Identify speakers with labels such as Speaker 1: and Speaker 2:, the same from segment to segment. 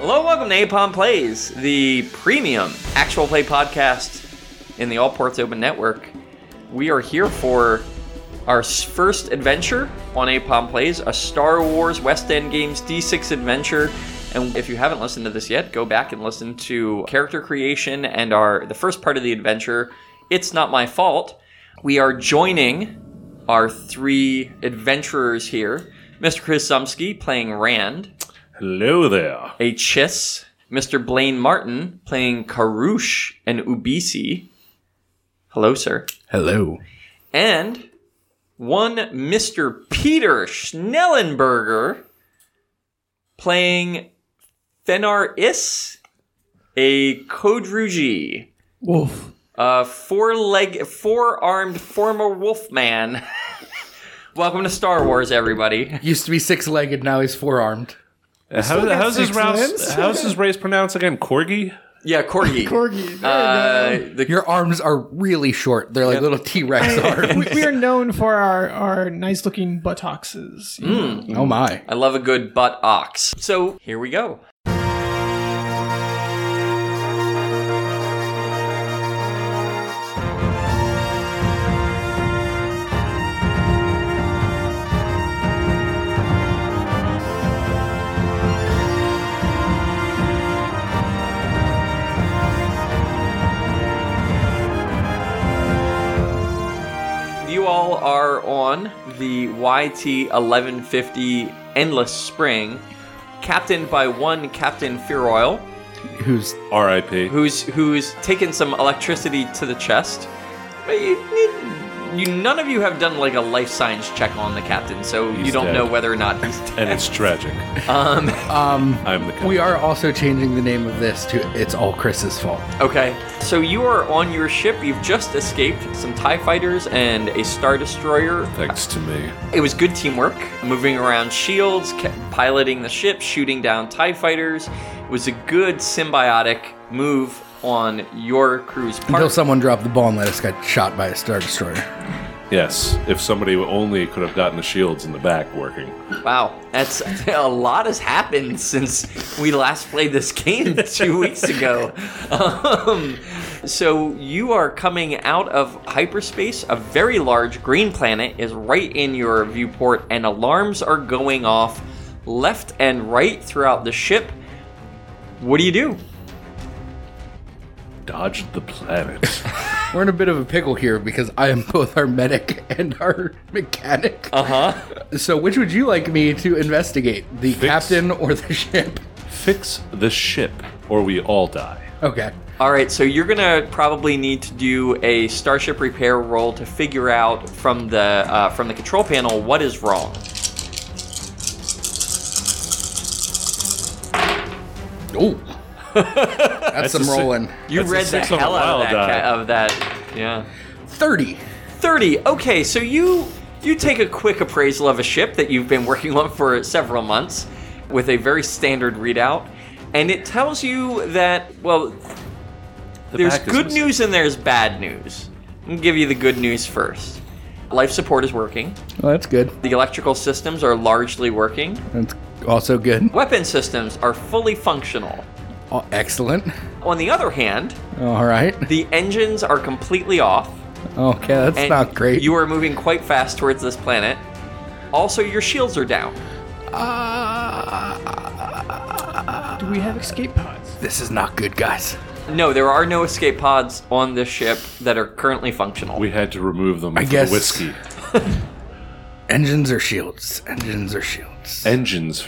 Speaker 1: Hello, welcome to Apon Plays, the premium actual play podcast in the All Ports Open Network. We are here for our s- first adventure on Apon Plays, a Star Wars West End Games D6 adventure. And if you haven't listened to this yet, go back and listen to character creation and our the first part of the adventure. It's not my fault. We are joining our three adventurers here. Mr. Chris Zumsky playing Rand,
Speaker 2: Hello there.
Speaker 1: a Chiss, Mr. Blaine Martin playing Karush and Ubisi. Hello, sir.
Speaker 2: Hello.
Speaker 1: And one Mr. Peter Schnellenberger playing Fenar Is, a Kodruji,
Speaker 2: Wolf.
Speaker 1: a four leg four armed former wolf man. Welcome to Star Wars, everybody.
Speaker 3: Used to be six legged, now he's four armed.
Speaker 2: How,
Speaker 3: got
Speaker 2: how's his
Speaker 3: six
Speaker 2: race?
Speaker 3: limbs.
Speaker 2: How's his race pronounced again? Corgi.
Speaker 1: Yeah, Corgi.
Speaker 3: Corgi.
Speaker 1: Uh, the,
Speaker 3: Your arms are really short. They're like little T Rex arms.
Speaker 4: we, we are known for our, our nice looking buttocks. Mm.
Speaker 3: oh my.
Speaker 1: I love a good butt ox. So here we go. You all are on the YT 1150 Endless Spring, captained by one Captain Fearoil,
Speaker 3: Who's
Speaker 2: R.I.P.
Speaker 1: who's who's taken some electricity to the chest. But you, you, you- none of you have done like a life signs check on the captain, so you
Speaker 2: He's
Speaker 1: don't
Speaker 2: dead.
Speaker 1: know whether or not he's dead.
Speaker 2: And it's tragic.
Speaker 3: um
Speaker 2: I'm the.
Speaker 3: we are also changing the name of this to It's All Chris's Fault.
Speaker 1: Okay, so you are on your ship. You've just escaped some TIE fighters and a Star Destroyer.
Speaker 2: Thanks to me.
Speaker 1: It was good teamwork, moving around shields, ca- piloting the ship, shooting down TIE fighters. It was a good symbiotic move on your crew's
Speaker 3: Until
Speaker 1: part.
Speaker 3: someone dropped the ball and let us get shot by a Star Destroyer.
Speaker 2: Yes. If somebody only could have gotten the shields in the back working.
Speaker 1: wow, that's a lot has happened since we last played this game two weeks ago. Um, so you are coming out of hyperspace. A very large green planet is right in your viewport, and alarms are going off left and right throughout the ship. What do you do?
Speaker 2: Dodged the planet.
Speaker 3: We're in a bit of a pickle here because I am both our medic and our mechanic.
Speaker 1: Uh
Speaker 2: Uh-huh.
Speaker 1: huh.
Speaker 3: So which would you like me to investigate? The captain or the ship?
Speaker 2: Fix the ship, or we all die.
Speaker 3: Okay.
Speaker 1: All right, so you're gonna probably need to do a starship repair roll to figure out from the uh, from the control panel what is wrong.
Speaker 3: Oh. That's
Speaker 2: a
Speaker 3: some
Speaker 2: si-
Speaker 3: rolling.
Speaker 1: You
Speaker 2: That's a
Speaker 1: read the
Speaker 2: six on a
Speaker 1: hell out of
Speaker 2: wild
Speaker 1: that,
Speaker 2: uh, die.
Speaker 1: ca- of that. Yeah,
Speaker 3: 30.
Speaker 1: thirty. Okay, so you you take a quick appraisal of a ship that you've been working on for several months, with a very standard readout, and it tells you that well,
Speaker 2: The
Speaker 1: there's
Speaker 2: back is
Speaker 1: good
Speaker 2: missing.
Speaker 1: news and there's bad news. I'm gonna give you the good news first. Life support is working.
Speaker 3: Well, that's good.
Speaker 1: The electrical systems are largely working.
Speaker 3: That's also good.
Speaker 1: Weapon systems are fully functional.
Speaker 3: Oh, excellent.
Speaker 1: On the other hand,
Speaker 3: All right.
Speaker 1: the engines are completely off.
Speaker 3: Okay, that's
Speaker 1: and
Speaker 3: not great.
Speaker 1: You are moving quite fast towards this planet. Also, your shields are down.
Speaker 4: Do we have escape pods?
Speaker 3: this is not good, guys.
Speaker 1: No, there are no escape pods on this ship that are currently functional.
Speaker 2: We had to remove them.
Speaker 3: I
Speaker 2: for
Speaker 3: guess-
Speaker 2: the whiskey
Speaker 3: Engines or shields. Engines or shields.
Speaker 2: engines.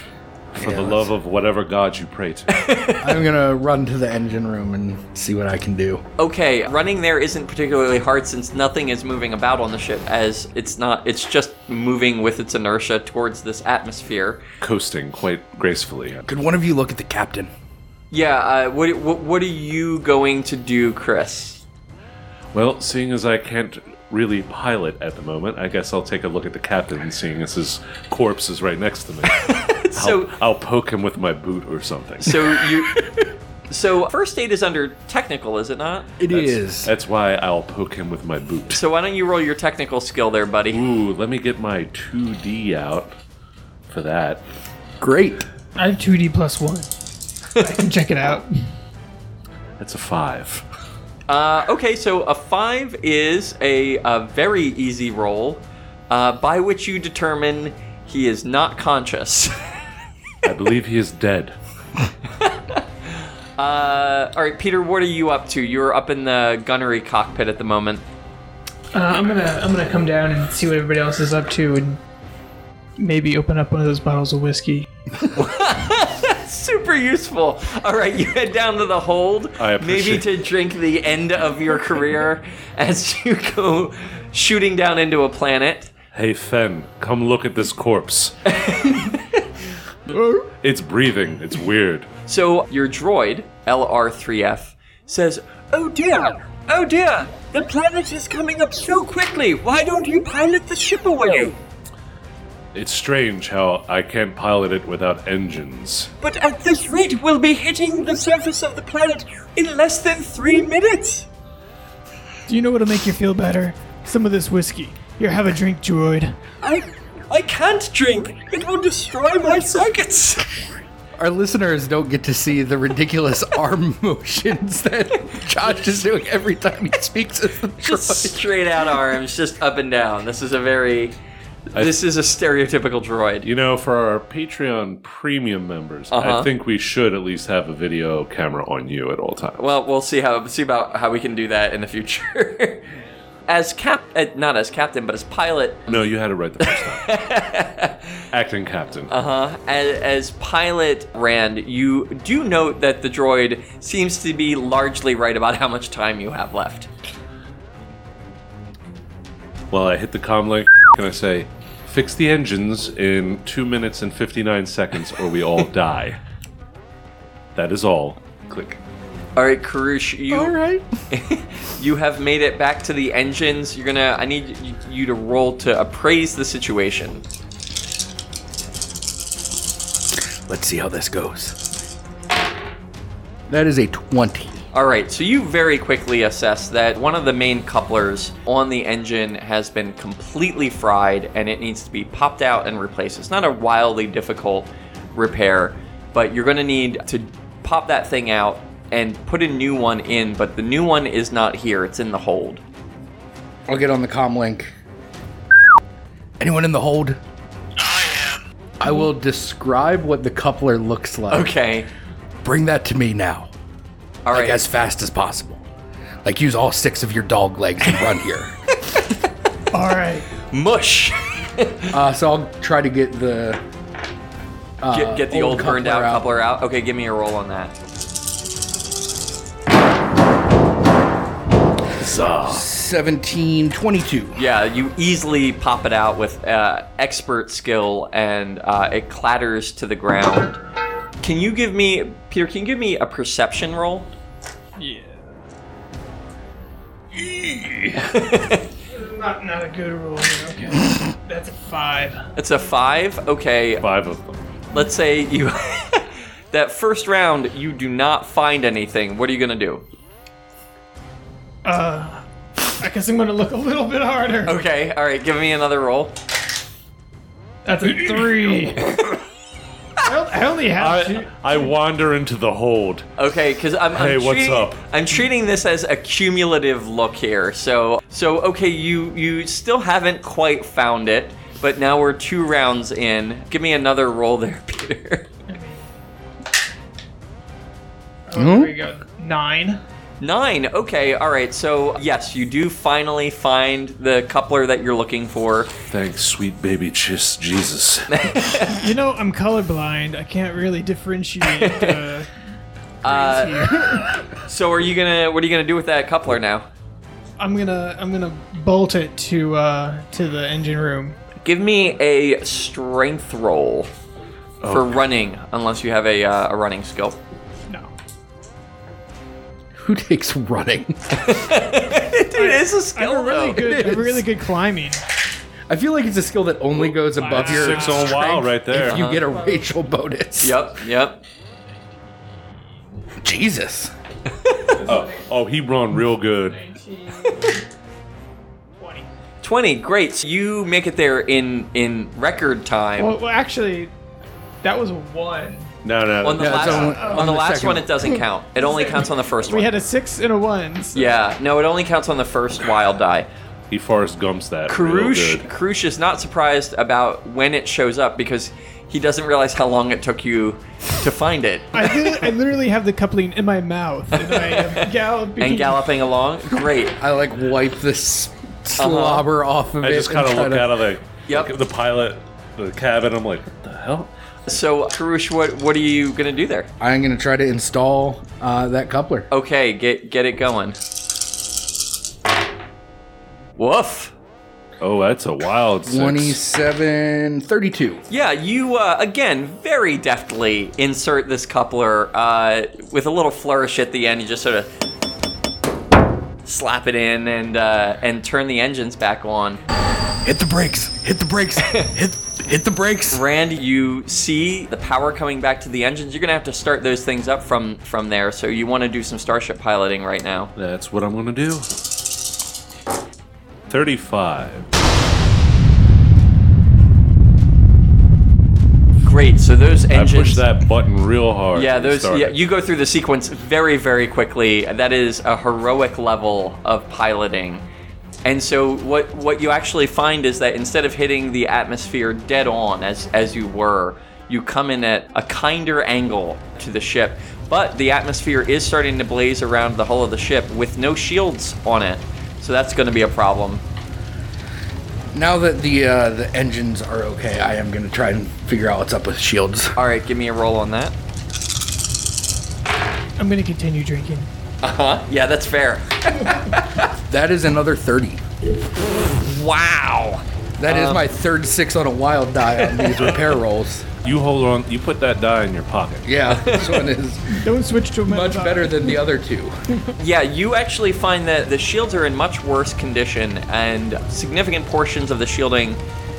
Speaker 2: For
Speaker 3: Yeah,
Speaker 2: the
Speaker 3: let's-
Speaker 2: love of whatever god you pray to.
Speaker 3: I'm gonna run to the engine room and see what I can do.
Speaker 1: okay, running there isn't particularly hard since nothing is moving about on the ship as it's not it's just moving with its inertia towards this atmosphere.
Speaker 2: Coasting quite gracefully.
Speaker 3: Could one of you look at the captain?
Speaker 1: Yeah, uh, what, what what are you going to do, Chris?
Speaker 2: Well, seeing as I can't really pilot at the moment, I guess I'll take a look at the captain, seeing as his corpse is right next to me.
Speaker 1: So-
Speaker 2: I'll, I'll poke him with my boot or something.
Speaker 1: So you. So first aid is under technical, is it not?
Speaker 3: It
Speaker 2: that's,
Speaker 3: is.
Speaker 2: That's why I'll poke him with my boot.
Speaker 1: So why don't you roll your technical skill there, buddy?
Speaker 2: Ooh, let me get my 2D out for that.
Speaker 3: great.
Speaker 4: I have 2D plus 1. I can check it out.
Speaker 2: That's a five.
Speaker 1: Uh, okay, so a five is a, a very easy roll, uh, by which you determine he is not conscious.
Speaker 2: I believe he is dead.
Speaker 1: Uh, all right, Peter, what are you up to? You're up in the gunnery cockpit at the moment.
Speaker 4: Uh, I'm gonna I'm gonna come down and see what everybody else is up to and maybe open up one of those bottles of whiskey.
Speaker 1: Super useful. All right, you head down to the hold,
Speaker 2: I
Speaker 1: maybe
Speaker 2: appreciate-
Speaker 1: to drink the end of your career as you go shooting down into a planet.
Speaker 2: Hey, Fen, come look at this corpse. it's breathing. It's weird.
Speaker 1: So your droid, LR3F, says, Oh dear, oh dear, the planet is coming up so quickly. Why don't you pilot the ship away?
Speaker 2: It's strange how I can't pilot it without engines.
Speaker 1: But at this rate, we'll be hitting the surface of the planet in less than three minutes.
Speaker 4: Do you know what'll make you feel better? Some of this whiskey. Here, have a drink, droid.
Speaker 1: I, I can't drink. It will destroy my circuits.
Speaker 3: Our listeners don't get to see the ridiculous arm motions that Josh is doing every time he speaks as the
Speaker 1: Just
Speaker 3: droid.
Speaker 1: straight out arms, just up and down. This is a very, this is a stereotypical droid.
Speaker 2: You know, for our Patreon premium members,
Speaker 1: Uh-huh.
Speaker 2: I think we should at least have a video camera on you at all times.
Speaker 1: Well, we'll see how see about how we can do that in the future. as cap, uh, not as captain, but as pilot,
Speaker 2: no, you had it right the first time. Acting captain.
Speaker 1: Uh, as, as pilot Rand, you do note that the droid seems to be largely right about how much time you have left.
Speaker 2: Well, I hit the comm link and I say, fix the engines in 2 minutes and 59 seconds or we all die. That is all. Click.
Speaker 1: All right, Karush, you
Speaker 3: All right.
Speaker 1: you have made it back to the engines. You're gonna. I need you, you to roll to appraise the situation.
Speaker 3: Let's see how this goes. That is a 20.
Speaker 1: All right, so you very quickly assess that one of the main couplers on the engine has been completely fried and it needs to be popped out and replaced. It's not a wildly difficult repair, but you're going to need to pop that thing out and put a new one in, but the new one is not here, it's in the hold.
Speaker 3: I'll get on the comm link. Anyone in the hold? I am. I will describe what the coupler looks like.
Speaker 1: Okay.
Speaker 3: Bring that to me now.
Speaker 1: All right.
Speaker 3: Like as fast as possible. Like use all six of your dog legs and run here.
Speaker 4: All right.
Speaker 1: Mush.
Speaker 3: Uh, so I'll try to get the
Speaker 1: get, get the
Speaker 3: old
Speaker 1: old, burned
Speaker 3: coupler
Speaker 1: out,
Speaker 3: out.
Speaker 1: coupler out. Okay, give me a roll on that.
Speaker 2: Zah.
Speaker 3: 1722.
Speaker 1: Yeah, you easily pop it out with uh, expert skill, and uh, it clatters to the ground. Can you give me, Peter? Can you give me a perception roll?
Speaker 4: Yeah. not not a good rule. Okay. That's a five.
Speaker 1: It's a five. Okay,
Speaker 2: Five of them.
Speaker 1: let's say you that first round you do not find anything. What are you gonna do?
Speaker 4: Uh, I guess I'm gonna look a little bit harder.
Speaker 1: Okay, all right, give me another roll.
Speaker 4: That's a three. I on- I only have two.
Speaker 2: I, I wander into the hold.
Speaker 1: Okay, because I'm, I'm
Speaker 2: Hey, what's
Speaker 1: treating,
Speaker 2: up?
Speaker 1: I'm treating this as a cumulative look here. So, so okay, you you still haven't quite found it, but now we're two rounds in. Give me another roll there, Peter.
Speaker 4: Oh, there we go. Nine.
Speaker 1: Nine. Okay, all right. So yes, you do finally find the coupler that you're looking for.
Speaker 2: Thanks, sweet baby chis Jesus.
Speaker 4: You know, I'm colorblind. I can't really differentiate. Uh,
Speaker 1: Uh,
Speaker 4: here.
Speaker 1: so are you gonna? What are you gonna do with that coupler now?
Speaker 4: I'm gonna I'm gonna bolt it to uh, to the engine room.
Speaker 1: Give me a strength roll for running, unless you have a uh, a running skill.
Speaker 4: No.
Speaker 3: Who takes running?
Speaker 1: Dude, it's a
Speaker 4: I have a
Speaker 1: skill
Speaker 4: really
Speaker 1: though.
Speaker 4: good I have
Speaker 3: is.
Speaker 4: really good climbing.
Speaker 3: I feel like it's a skill that only goes above your
Speaker 2: Six on wild
Speaker 3: strength
Speaker 2: right
Speaker 3: If you
Speaker 2: there.
Speaker 3: get a racial bonus.
Speaker 1: Yep, yep.
Speaker 3: Jesus.
Speaker 2: Oh, oh, he run real good.
Speaker 1: 20 great so you make it there in in record time
Speaker 4: Well, well actually that was a one.
Speaker 2: No, no.
Speaker 1: On the
Speaker 3: Yeah, it's
Speaker 1: last,
Speaker 3: on-
Speaker 1: on,
Speaker 3: on
Speaker 1: the
Speaker 3: the
Speaker 1: last
Speaker 3: second
Speaker 1: one,
Speaker 3: one.
Speaker 1: it doesn't count. It only counts on the first
Speaker 4: We
Speaker 1: one.
Speaker 4: had a six and a one. so-
Speaker 1: yeah, no, it only counts on the first wild die.
Speaker 2: He Forrest Gumps that. real
Speaker 1: Karush,
Speaker 2: good.
Speaker 1: Karush is not surprised about when it shows up because he doesn't realize how long it took you to find it.
Speaker 4: I, li- I literally have the coupling in my mouth, and I am galloping.
Speaker 1: And galloping along, great.
Speaker 3: I like wipe this slobber off of
Speaker 2: Uh-huh. I
Speaker 3: it.
Speaker 2: just kind of look out of the
Speaker 1: Yep.
Speaker 2: look at the pilot, the cabin. I'm like, what the hell?
Speaker 1: So, Karush, what what are you gonna do there?
Speaker 3: I'm gonna try to install uh, that coupler.
Speaker 1: Okay, get get it going. Woof.
Speaker 2: Oh, that's a wild six.
Speaker 3: 27, 32.
Speaker 1: Yeah, you uh, again very deftly insert this coupler uh, with a little flourish at the end. You just sort of slap it in and uh, and turn the engines back on.
Speaker 3: Hit the brakes! Hit the brakes! hit hit the brakes!
Speaker 1: Rand, you see the power coming back to the engines. You're gonna have to start those things up from from there. So you want to do some starship piloting right now.
Speaker 2: That's what I'm gonna do. Thirty-five.
Speaker 1: Great. So those engines.
Speaker 2: I pushed that button real hard.
Speaker 1: Yeah,
Speaker 2: when it
Speaker 1: those.
Speaker 2: started.
Speaker 1: Yeah, you go through the sequence very, very quickly. That is a heroic level of piloting. And so what what you actually find is that instead of hitting the atmosphere dead on as as you were, you come in at a kinder angle to the ship. But the atmosphere is starting to blaze around the hull of the ship with no shields on it. So that's going to be a problem.
Speaker 3: Now that the uh, the engines are okay, I am gonna try and figure out what's up with shields.
Speaker 1: All right, give me a roll on that.
Speaker 4: I'm gonna continue drinking.
Speaker 1: Uh-huh. Yeah, that's fair.
Speaker 3: That is another 30.
Speaker 1: Wow.
Speaker 3: That is my third six on a wild die on these repair rolls.
Speaker 2: You hold on. You put that die in your pocket.
Speaker 3: Yeah, this one is
Speaker 4: Don't switch to a
Speaker 3: much
Speaker 4: metal
Speaker 3: better
Speaker 4: bottle.
Speaker 3: than the other two.
Speaker 1: Yeah, you actually find that the shields are in much worse condition, and significant portions of the shielding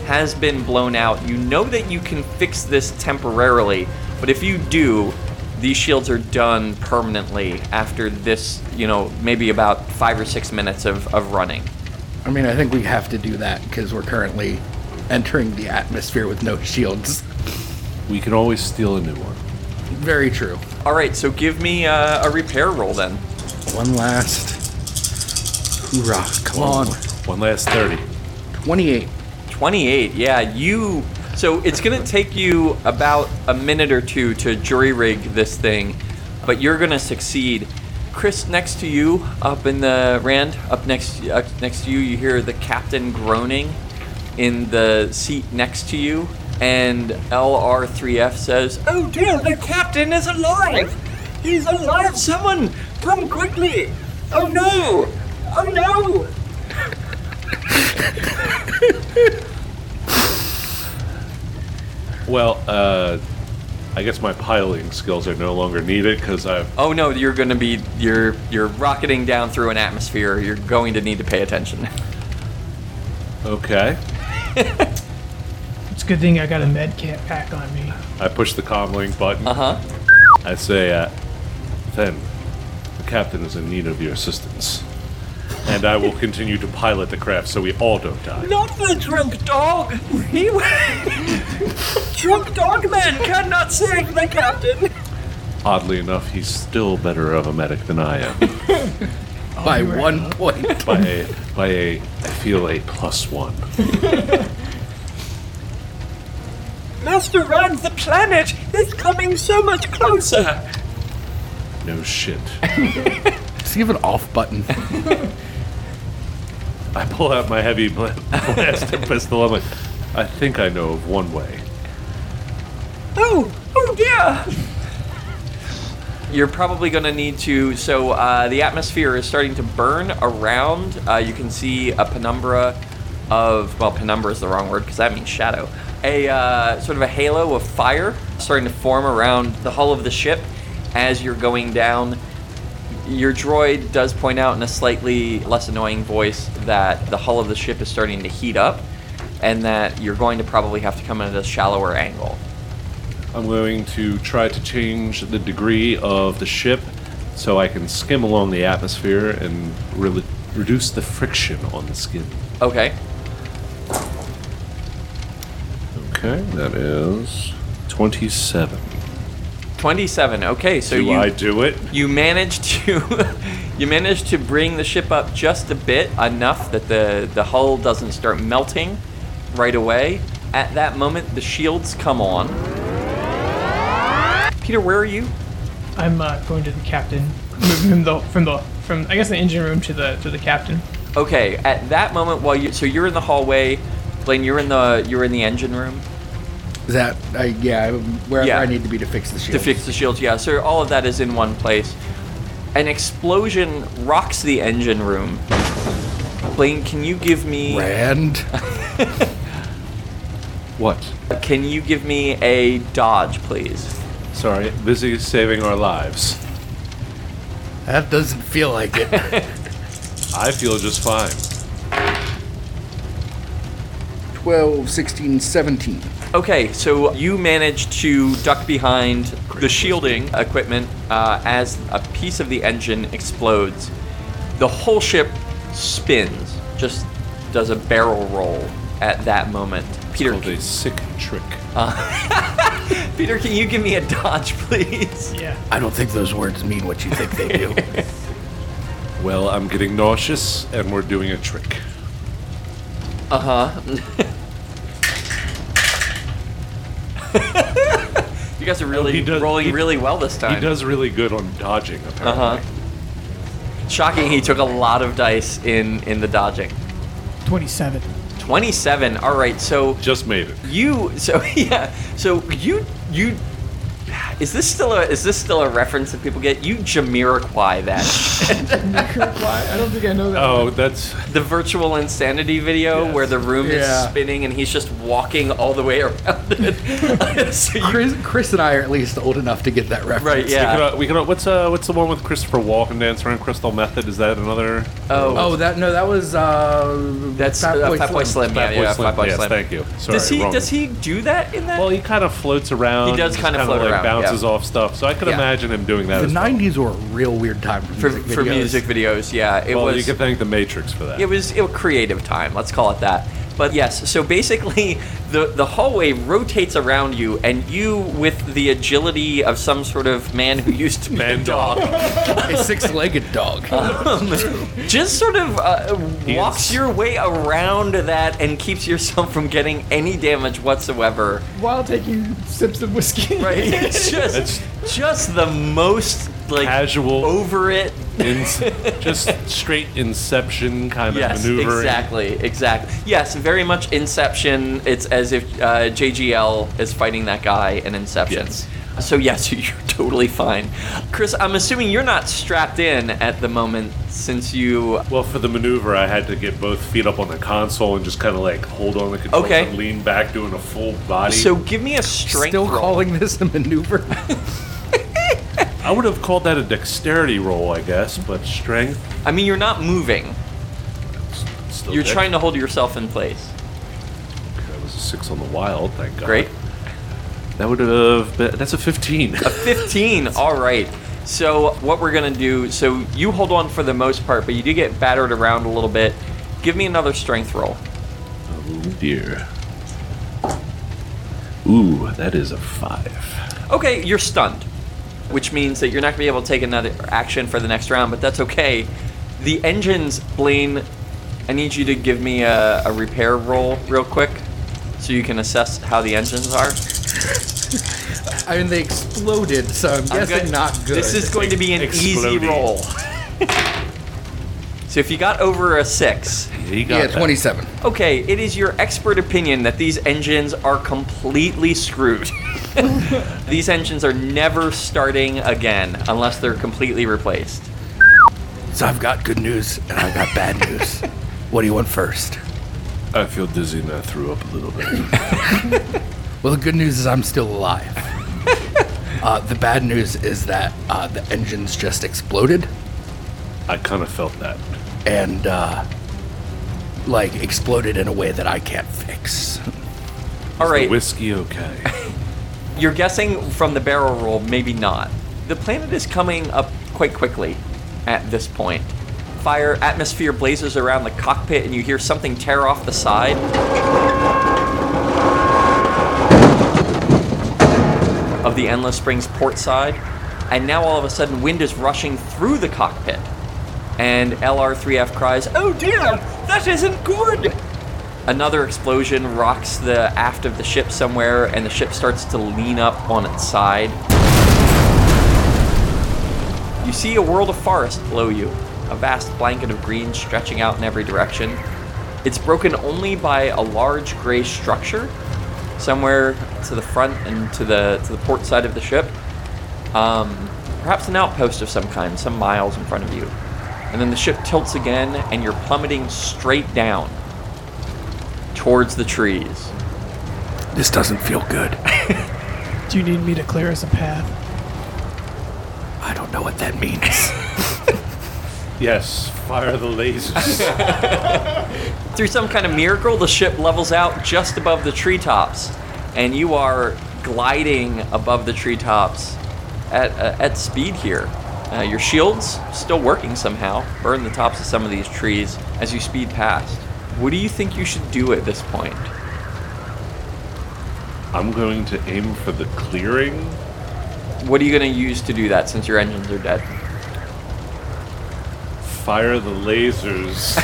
Speaker 1: has been blown out. You know that you can fix this temporarily, but if you do, these shields are done permanently after this, you know, maybe about five or six minutes of, of running.
Speaker 3: I mean, I think we have to do that because we're currently entering the atmosphere with no shields.
Speaker 2: We can always steal a new one.
Speaker 3: Very true.
Speaker 1: All right, so give me uh, a repair roll then.
Speaker 3: One last hoorah. Come on.
Speaker 2: One last thirty.
Speaker 3: 28.
Speaker 1: 28 yeah you so it's gonna take you about a minute or two to jury rig this thing but you're gonna succeed chris next to you up in the rand up next up next to you you hear the captain groaning in the seat next to you and lr3f says oh dear the captain is alive he's alive someone come quickly oh no oh no
Speaker 2: Well, uh, I guess my piloting skills are no longer needed because I've
Speaker 1: Oh no, you're gonna be you're you're rocketing down through an atmosphere. You're going to need to pay attention.
Speaker 2: okay.
Speaker 4: It's a good thing I got a med kit pack on me.
Speaker 2: I push the comlink button.
Speaker 1: Uh huh.
Speaker 2: I say, uh, then the captain is in need of your assistance, and I will continue to pilot the craft so we all don't die.
Speaker 1: Not the drunk dog. He drunk dog man cannot save the captain.
Speaker 2: Oddly enough, he's still better of a medic than I am
Speaker 3: By one point.
Speaker 2: by a, by a I feel a plus one.
Speaker 1: Master Rand, the planet is coming so much closer.
Speaker 2: No shit.
Speaker 3: Just give an off button.
Speaker 2: I pull out my heavy bla- blaster pistol. I'm like, I think I know of one way.
Speaker 1: Oh, oh dear. You're probably going to need to. So uh, the atmosphere is starting to burn around. Uh, you can see a penumbra of well, penumbra is the wrong word because that means shadow. A uh, sort of a halo of fire starting to form around the hull of the ship as you're going down. Your droid does point out in a slightly less annoying voice that the hull of the ship is starting to heat up, and that you're going to probably have to come in at a shallower angle.
Speaker 2: I'm going to try to change the degree of the ship so I can skim along the atmosphere and re- reduce the friction on the skin.
Speaker 1: Okay.
Speaker 2: Okay, that is 27.
Speaker 1: Twenty-seven. Okay, so
Speaker 2: Do
Speaker 1: you
Speaker 2: I do it?
Speaker 1: you managed to you managed to bring the ship up just a bit enough that the the hull doesn't start melting right away at that moment the shields come on peter where are you
Speaker 4: I'm uh, going to the captain. Moving from the from the from I guess the engine room to the to the captain.
Speaker 1: okay at that moment while you so you're in the hallway blaine you're in the you're in the engine room
Speaker 3: Is that I yeah, I'm wherever
Speaker 1: Yeah.
Speaker 3: I need to be to fix the shield.
Speaker 1: to fix the shields. Yeah, so all of that is in one place. An explosion rocks the engine room. Blaine, can you give me
Speaker 3: Rand.
Speaker 2: What?
Speaker 1: can you give me a dodge, please?
Speaker 2: Sorry, busy saving our lives.
Speaker 3: That doesn't feel like it.
Speaker 2: I feel just fine.
Speaker 3: 12, 16, 17.
Speaker 1: Okay, so you managed to duck behind the shielding equipment uh, as a piece of the engine explodes. The whole ship spins, just does a barrel roll at that moment. Peter,
Speaker 2: Called a sick trick.
Speaker 1: Peter, can you give me a dodge, please?
Speaker 4: Yeah.
Speaker 3: I don't think those words mean what you think they do.
Speaker 2: Well, I'm getting nauseous, and we're doing a trick.
Speaker 1: Uh huh. you guys are really
Speaker 2: Oh, he does-
Speaker 1: rolling
Speaker 2: he-
Speaker 1: really well this time.
Speaker 2: He does really good on dodging, apparently.
Speaker 1: Uh huh. Shocking. He took a lot of dice in in the dodging.
Speaker 4: Twenty-seven.
Speaker 1: Twenty-seven. All right. So
Speaker 2: Just made it.
Speaker 1: you. So yeah. So you you. Is this still a is this still a reference that people get? You Jamiroquai that
Speaker 4: Why? I don't think I know that.
Speaker 2: Oh, that's
Speaker 1: the virtual insanity video
Speaker 2: Yes.
Speaker 1: where the room is
Speaker 3: Yeah.
Speaker 1: spinning and he's just walking all the way around it. so you,
Speaker 3: Chris, Chris and I are at least old enough to get that reference.
Speaker 1: right?
Speaker 2: we
Speaker 1: Yeah.
Speaker 2: could, uh, we could, uh, what's uh what's the one with Christopher Walken dance around Crystal Method? Is that another?
Speaker 1: Oh.
Speaker 3: Oh, that no, that was uh,
Speaker 1: That's Fat Boy, Slim. Yeah,
Speaker 2: Fat Boy
Speaker 1: yeah,
Speaker 2: Slim.
Speaker 1: Fat Boy
Speaker 2: yes,
Speaker 1: Slim.
Speaker 2: thank you. Sorry,
Speaker 1: Does he
Speaker 2: wrong.
Speaker 1: does he do that in that?
Speaker 2: Well, he kind of floats around.
Speaker 1: He does
Speaker 2: and
Speaker 1: kinda
Speaker 2: just
Speaker 1: float
Speaker 2: like
Speaker 1: around,
Speaker 2: Bounces
Speaker 1: yeah.
Speaker 2: off stuff. So I could
Speaker 1: Yeah.
Speaker 2: imagine him doing that.
Speaker 3: The
Speaker 2: as well.
Speaker 3: '90s were a real weird time for
Speaker 1: for,
Speaker 3: music
Speaker 1: for
Speaker 3: videos.
Speaker 1: music videos, yeah, it
Speaker 2: Well,
Speaker 1: was
Speaker 2: you could thank the Matrix for that.
Speaker 1: it was it was creative time. Let's call it that. But yes, so basically, the the hallway rotates around you, and you, with the agility of some sort of man who used to be a
Speaker 2: Man
Speaker 1: dog,
Speaker 3: A six-legged dog.
Speaker 1: just sort of uh,
Speaker 2: He
Speaker 1: walks
Speaker 2: is-
Speaker 1: your way around that and keeps yourself from getting any damage whatsoever.
Speaker 4: While taking sips of whiskey.
Speaker 1: Right? It's just just the most like
Speaker 2: Casual.
Speaker 1: over it
Speaker 2: In- just straight Inception kind of
Speaker 1: Yes,
Speaker 2: maneuvering.
Speaker 1: exactly, exactly. Yes, very much Inception. It's as if uh, JGL is fighting that guy in Inception.
Speaker 2: Yes.
Speaker 1: So yes, you're totally fine, Chris. I'm assuming you're not strapped in at the moment since you.
Speaker 2: Well, for the maneuver, I had to get both feet up on the console and just kind of like hold on the controls
Speaker 1: Okay.
Speaker 2: and lean back, doing a full body.
Speaker 1: So give me a strength
Speaker 3: Still
Speaker 1: roll.
Speaker 3: calling this a maneuver?
Speaker 2: I would have called that a dexterity roll, I guess, but strength.
Speaker 1: I mean, you're not moving.
Speaker 2: Still
Speaker 1: You're
Speaker 2: dex-
Speaker 1: trying to hold yourself in place.
Speaker 2: That was a six on the wild. Thank God.
Speaker 1: Great.
Speaker 2: That would have. Been, that's a fifteen.
Speaker 1: 15. All right. So what we're gonna do? So you hold on for the most part, but you do get battered around a little bit. Give me another strength roll.
Speaker 2: oh dear. Ooh, that is a five.
Speaker 1: Okay, you're stunned, which means that you're not going to be able to take another action for the next round, but that's okay. The engines, Blaine, I need you to give me a, a repair roll real quick so you can assess how the engines are.
Speaker 3: I mean, they exploded, so I'm
Speaker 1: I'm
Speaker 3: guessing
Speaker 1: go-
Speaker 3: not good.
Speaker 1: This is going to be an easy
Speaker 2: Exploding.
Speaker 1: roll. so if you got over a six,
Speaker 2: He got
Speaker 3: yeah,
Speaker 2: that.
Speaker 3: 27.
Speaker 1: Okay, it is your expert opinion that these engines are completely screwed. these engines are never starting again unless they're completely replaced.
Speaker 3: So I've got good news and I've got bad news. What do you want first?
Speaker 2: I feel dizzy and I threw up a little bit.
Speaker 3: Well, the good news is I'm still alive. uh, the bad news is that uh, the engines just exploded
Speaker 2: I kind of felt that.
Speaker 3: and, uh, like, exploded in a way that I can't fix.
Speaker 1: All
Speaker 2: The
Speaker 1: right,
Speaker 2: whiskey, okay.
Speaker 1: you're guessing from the barrel roll, maybe not. The planet is coming up quite quickly at this point. Fire atmosphere blazes around the cockpit, and you hear something tear off the side. of the Endless Springs port side, and now all of a sudden wind is rushing through the cockpit. And LR3F cries, Oh dear, that isn't good! Another explosion rocks the aft of the ship somewhere, and the ship starts to lean up on its side. You see a world of forest below you, a vast blanket of green stretching out in every direction. It's broken only by a large gray structure somewhere to the front and to the to the port side of the ship. Um, perhaps an outpost of some kind, some miles in front of you. And then the ship tilts again, and you're plummeting straight down towards the trees.
Speaker 3: This doesn't feel good.
Speaker 4: Do you need me to clear us a path?
Speaker 3: I don't know what that means.
Speaker 2: Yes, fire the lasers.
Speaker 1: Through some kind of miracle, the ship levels out just above the treetops, and you are gliding above the treetops at, uh, at speed here. Uh, your shields still working somehow, burn the tops of some of these trees as you speed past. What do you think you should do at this point?
Speaker 2: I'm going to aim for the clearing.
Speaker 1: What are you going to use to do that since your engines are dead?
Speaker 2: Fire the lasers.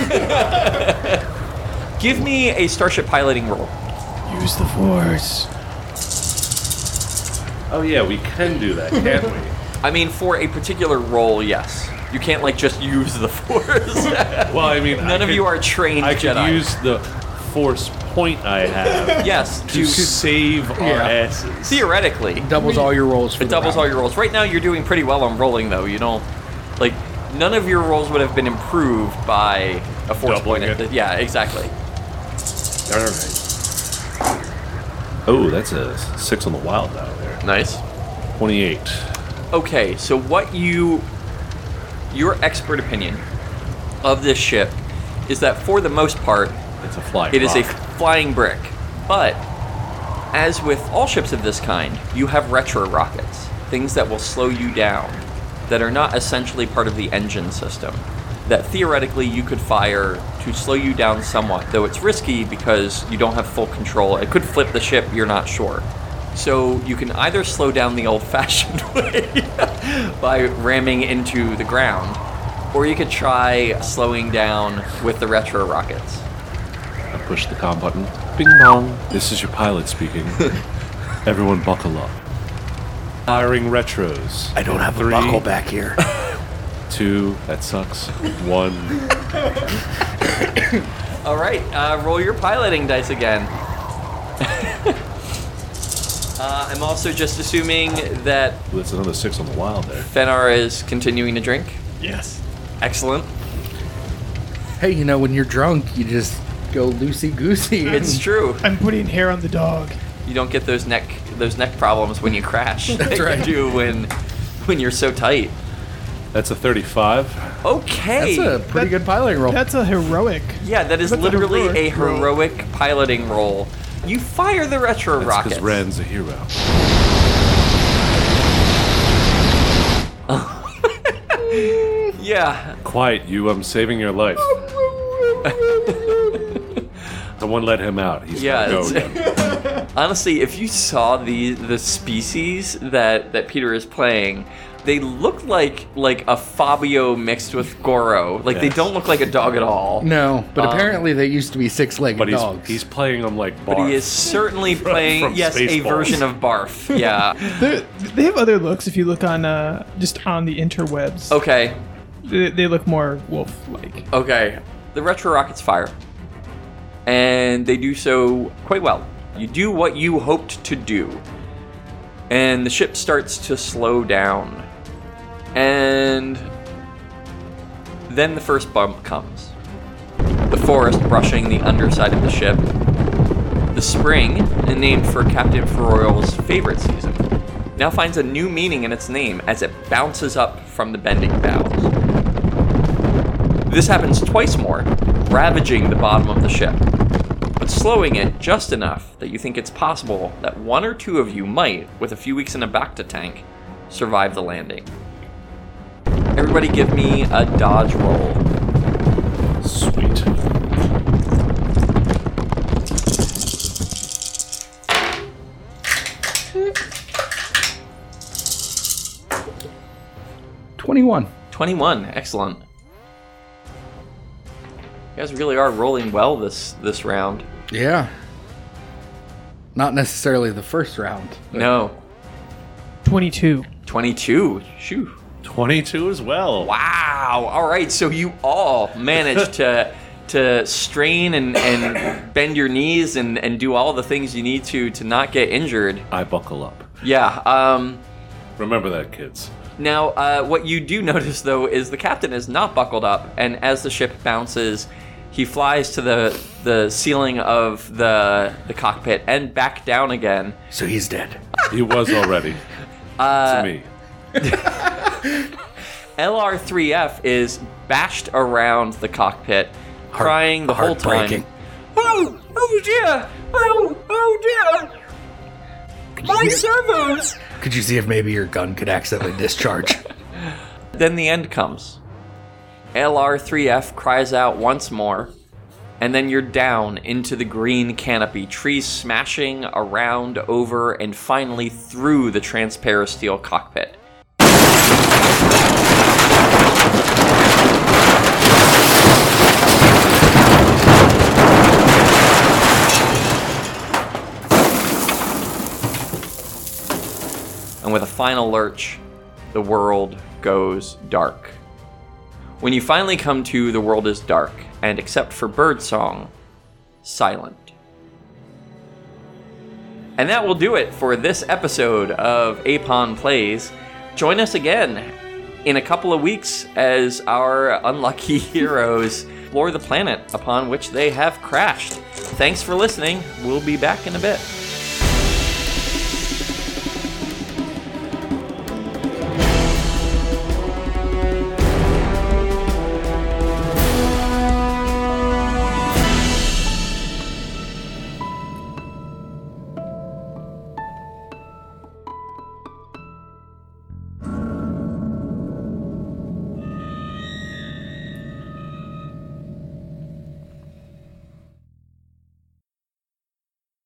Speaker 1: Give me a starship piloting roll.
Speaker 4: Use the force.
Speaker 2: oh yeah, we can do that, can't we?
Speaker 1: I mean, for a particular role, yes. You can't like just use the force.
Speaker 2: Well, I mean,
Speaker 1: None
Speaker 2: I
Speaker 1: of
Speaker 2: could-
Speaker 1: you are trained
Speaker 2: I
Speaker 1: Jedi.
Speaker 2: could use the force point I have
Speaker 1: yes,
Speaker 2: to
Speaker 1: do
Speaker 2: save our
Speaker 3: Yeah.
Speaker 2: asses.
Speaker 1: theoretically.
Speaker 3: doubles all your rolls. For
Speaker 1: It doubles all your rolls. Right now, you're doing pretty well on rolling, though. You don't like none of your rolls would have been improved by a force
Speaker 2: Doubling
Speaker 1: point. at
Speaker 2: it.
Speaker 1: the- Yeah, exactly.
Speaker 2: All right. Oh, that's a six on the wild out there.
Speaker 1: Nice.
Speaker 2: Twenty-eight.
Speaker 1: Okay, so what you your expert opinion of this ship is that for the most part,
Speaker 2: It's a fly.
Speaker 1: It is a
Speaker 2: rock.
Speaker 1: flying brick. But as with all ships of this kind, you have retro rockets, things that will slow you down, that are not essentially part of the engine system, that theoretically you could fire to slow you down somewhat, though it's risky because you don't have full control. It could flip the ship, you're not sure. So you can either slow down the old fashioned way by ramming into the ground, or you could try slowing down with the retro rockets.
Speaker 2: I push the com button. Bing bong. This is your pilot speaking. Everyone buckle up. Firing retros.
Speaker 3: I don't have
Speaker 2: Three.
Speaker 3: a buckle back here.
Speaker 2: Two. That sucks. One.
Speaker 1: All right, uh, roll your piloting dice again. uh, I'm also just assuming that
Speaker 2: That's another six on the wild there.
Speaker 1: Fenar is continuing to drink.
Speaker 2: Yes.
Speaker 1: Excellent.
Speaker 3: hey, you know when you're drunk, you just go loosey goosey.
Speaker 1: It's true.
Speaker 4: I'm putting hair on the dog.
Speaker 1: You don't get those neck those neck problems when you crash. that you
Speaker 3: right.
Speaker 1: do when when you're so tight.
Speaker 2: That's a 35.
Speaker 1: Okay.
Speaker 3: That's a pretty
Speaker 4: that-
Speaker 3: good piloting roll.
Speaker 4: That's a heroic.
Speaker 1: yeah, that is
Speaker 4: that's a
Speaker 1: literally a
Speaker 4: heroic roll.
Speaker 1: heroic piloting roll. You fire the retro
Speaker 2: That's
Speaker 1: rockets.
Speaker 2: because Ren's a hero.
Speaker 1: Yeah.
Speaker 2: Quiet, you. I'm saving your life. Someone let him out. He's
Speaker 1: Yeah,
Speaker 2: gonna go
Speaker 1: it's-
Speaker 2: again.
Speaker 1: Honestly, if you saw the the species that that Peter is playing, they look like like a Fabio mixed with Goro. Like they
Speaker 2: Yes.
Speaker 1: don't look like a dog at all.
Speaker 3: no, but
Speaker 4: Uh,
Speaker 1: Um,
Speaker 3: apparently they used to be six-legged
Speaker 2: But he's,
Speaker 3: dogs.
Speaker 2: he's playing them like Barf.
Speaker 1: But he is certainly playing
Speaker 2: from
Speaker 1: yes, a
Speaker 2: Spaceballs.
Speaker 1: version of Barf. Yeah.
Speaker 4: They're, they have other looks if you look on uh, just on the interwebs.
Speaker 1: okay.
Speaker 4: They, they look more wolf-like.
Speaker 1: Okay. The retro rockets fire. And they do so quite well. You do what you hoped to do. And the ship starts to slow down. And then the first bump comes. The forest brushing the underside of the ship. The spring, named for Captain Ferroyal's favorite season, now finds a new meaning in its name as it bounces up from the bending boughs. This happens twice more, ravaging the bottom of the ship, but slowing it just enough that you think it's possible that one or two of you might, with a few weeks in a Bacta tank, survive the landing. Everybody give me a dodge roll.
Speaker 2: Sweet.
Speaker 3: 21.
Speaker 1: 21. Excellent. You guys really are rolling well this this round.
Speaker 3: Yeah. Not necessarily the first round.
Speaker 1: No.
Speaker 4: 22.
Speaker 1: 22. Shoo.
Speaker 2: 22 as well.
Speaker 1: Wow. All right. So you all managed to to strain and, and bend your knees and, and do all the things you need to to not get injured.
Speaker 2: I buckle up.
Speaker 1: Yeah. Um,
Speaker 2: Remember that, kids.
Speaker 1: now, uh, what you do notice though is the captain is not buckled up, and as the ship bounces, he flies to the the ceiling of the the cockpit and back down again.
Speaker 3: So he's dead.
Speaker 2: He was already.
Speaker 1: Uh,
Speaker 2: to me.
Speaker 1: LR3F is bashed around the cockpit, crying the whole time.
Speaker 3: heartbreaking.
Speaker 1: Oh, oh dear! Oh, oh dear! My servos!
Speaker 3: Could you see if maybe your gun could accidentally discharge?
Speaker 1: Then the end comes. LR3F cries out once more, and then you're down into the green canopy, trees smashing around, over, and finally through the transparent steel cockpit. and with a final lurch, the world goes dark. When you finally come to, the world is dark, and except for birdsong, silent. And that will do it for this episode of Apon Plays. Join us again in a couple of weeks as our unlucky heroes explore the planet upon which they have crashed. Thanks for listening. We'll be back in a bit.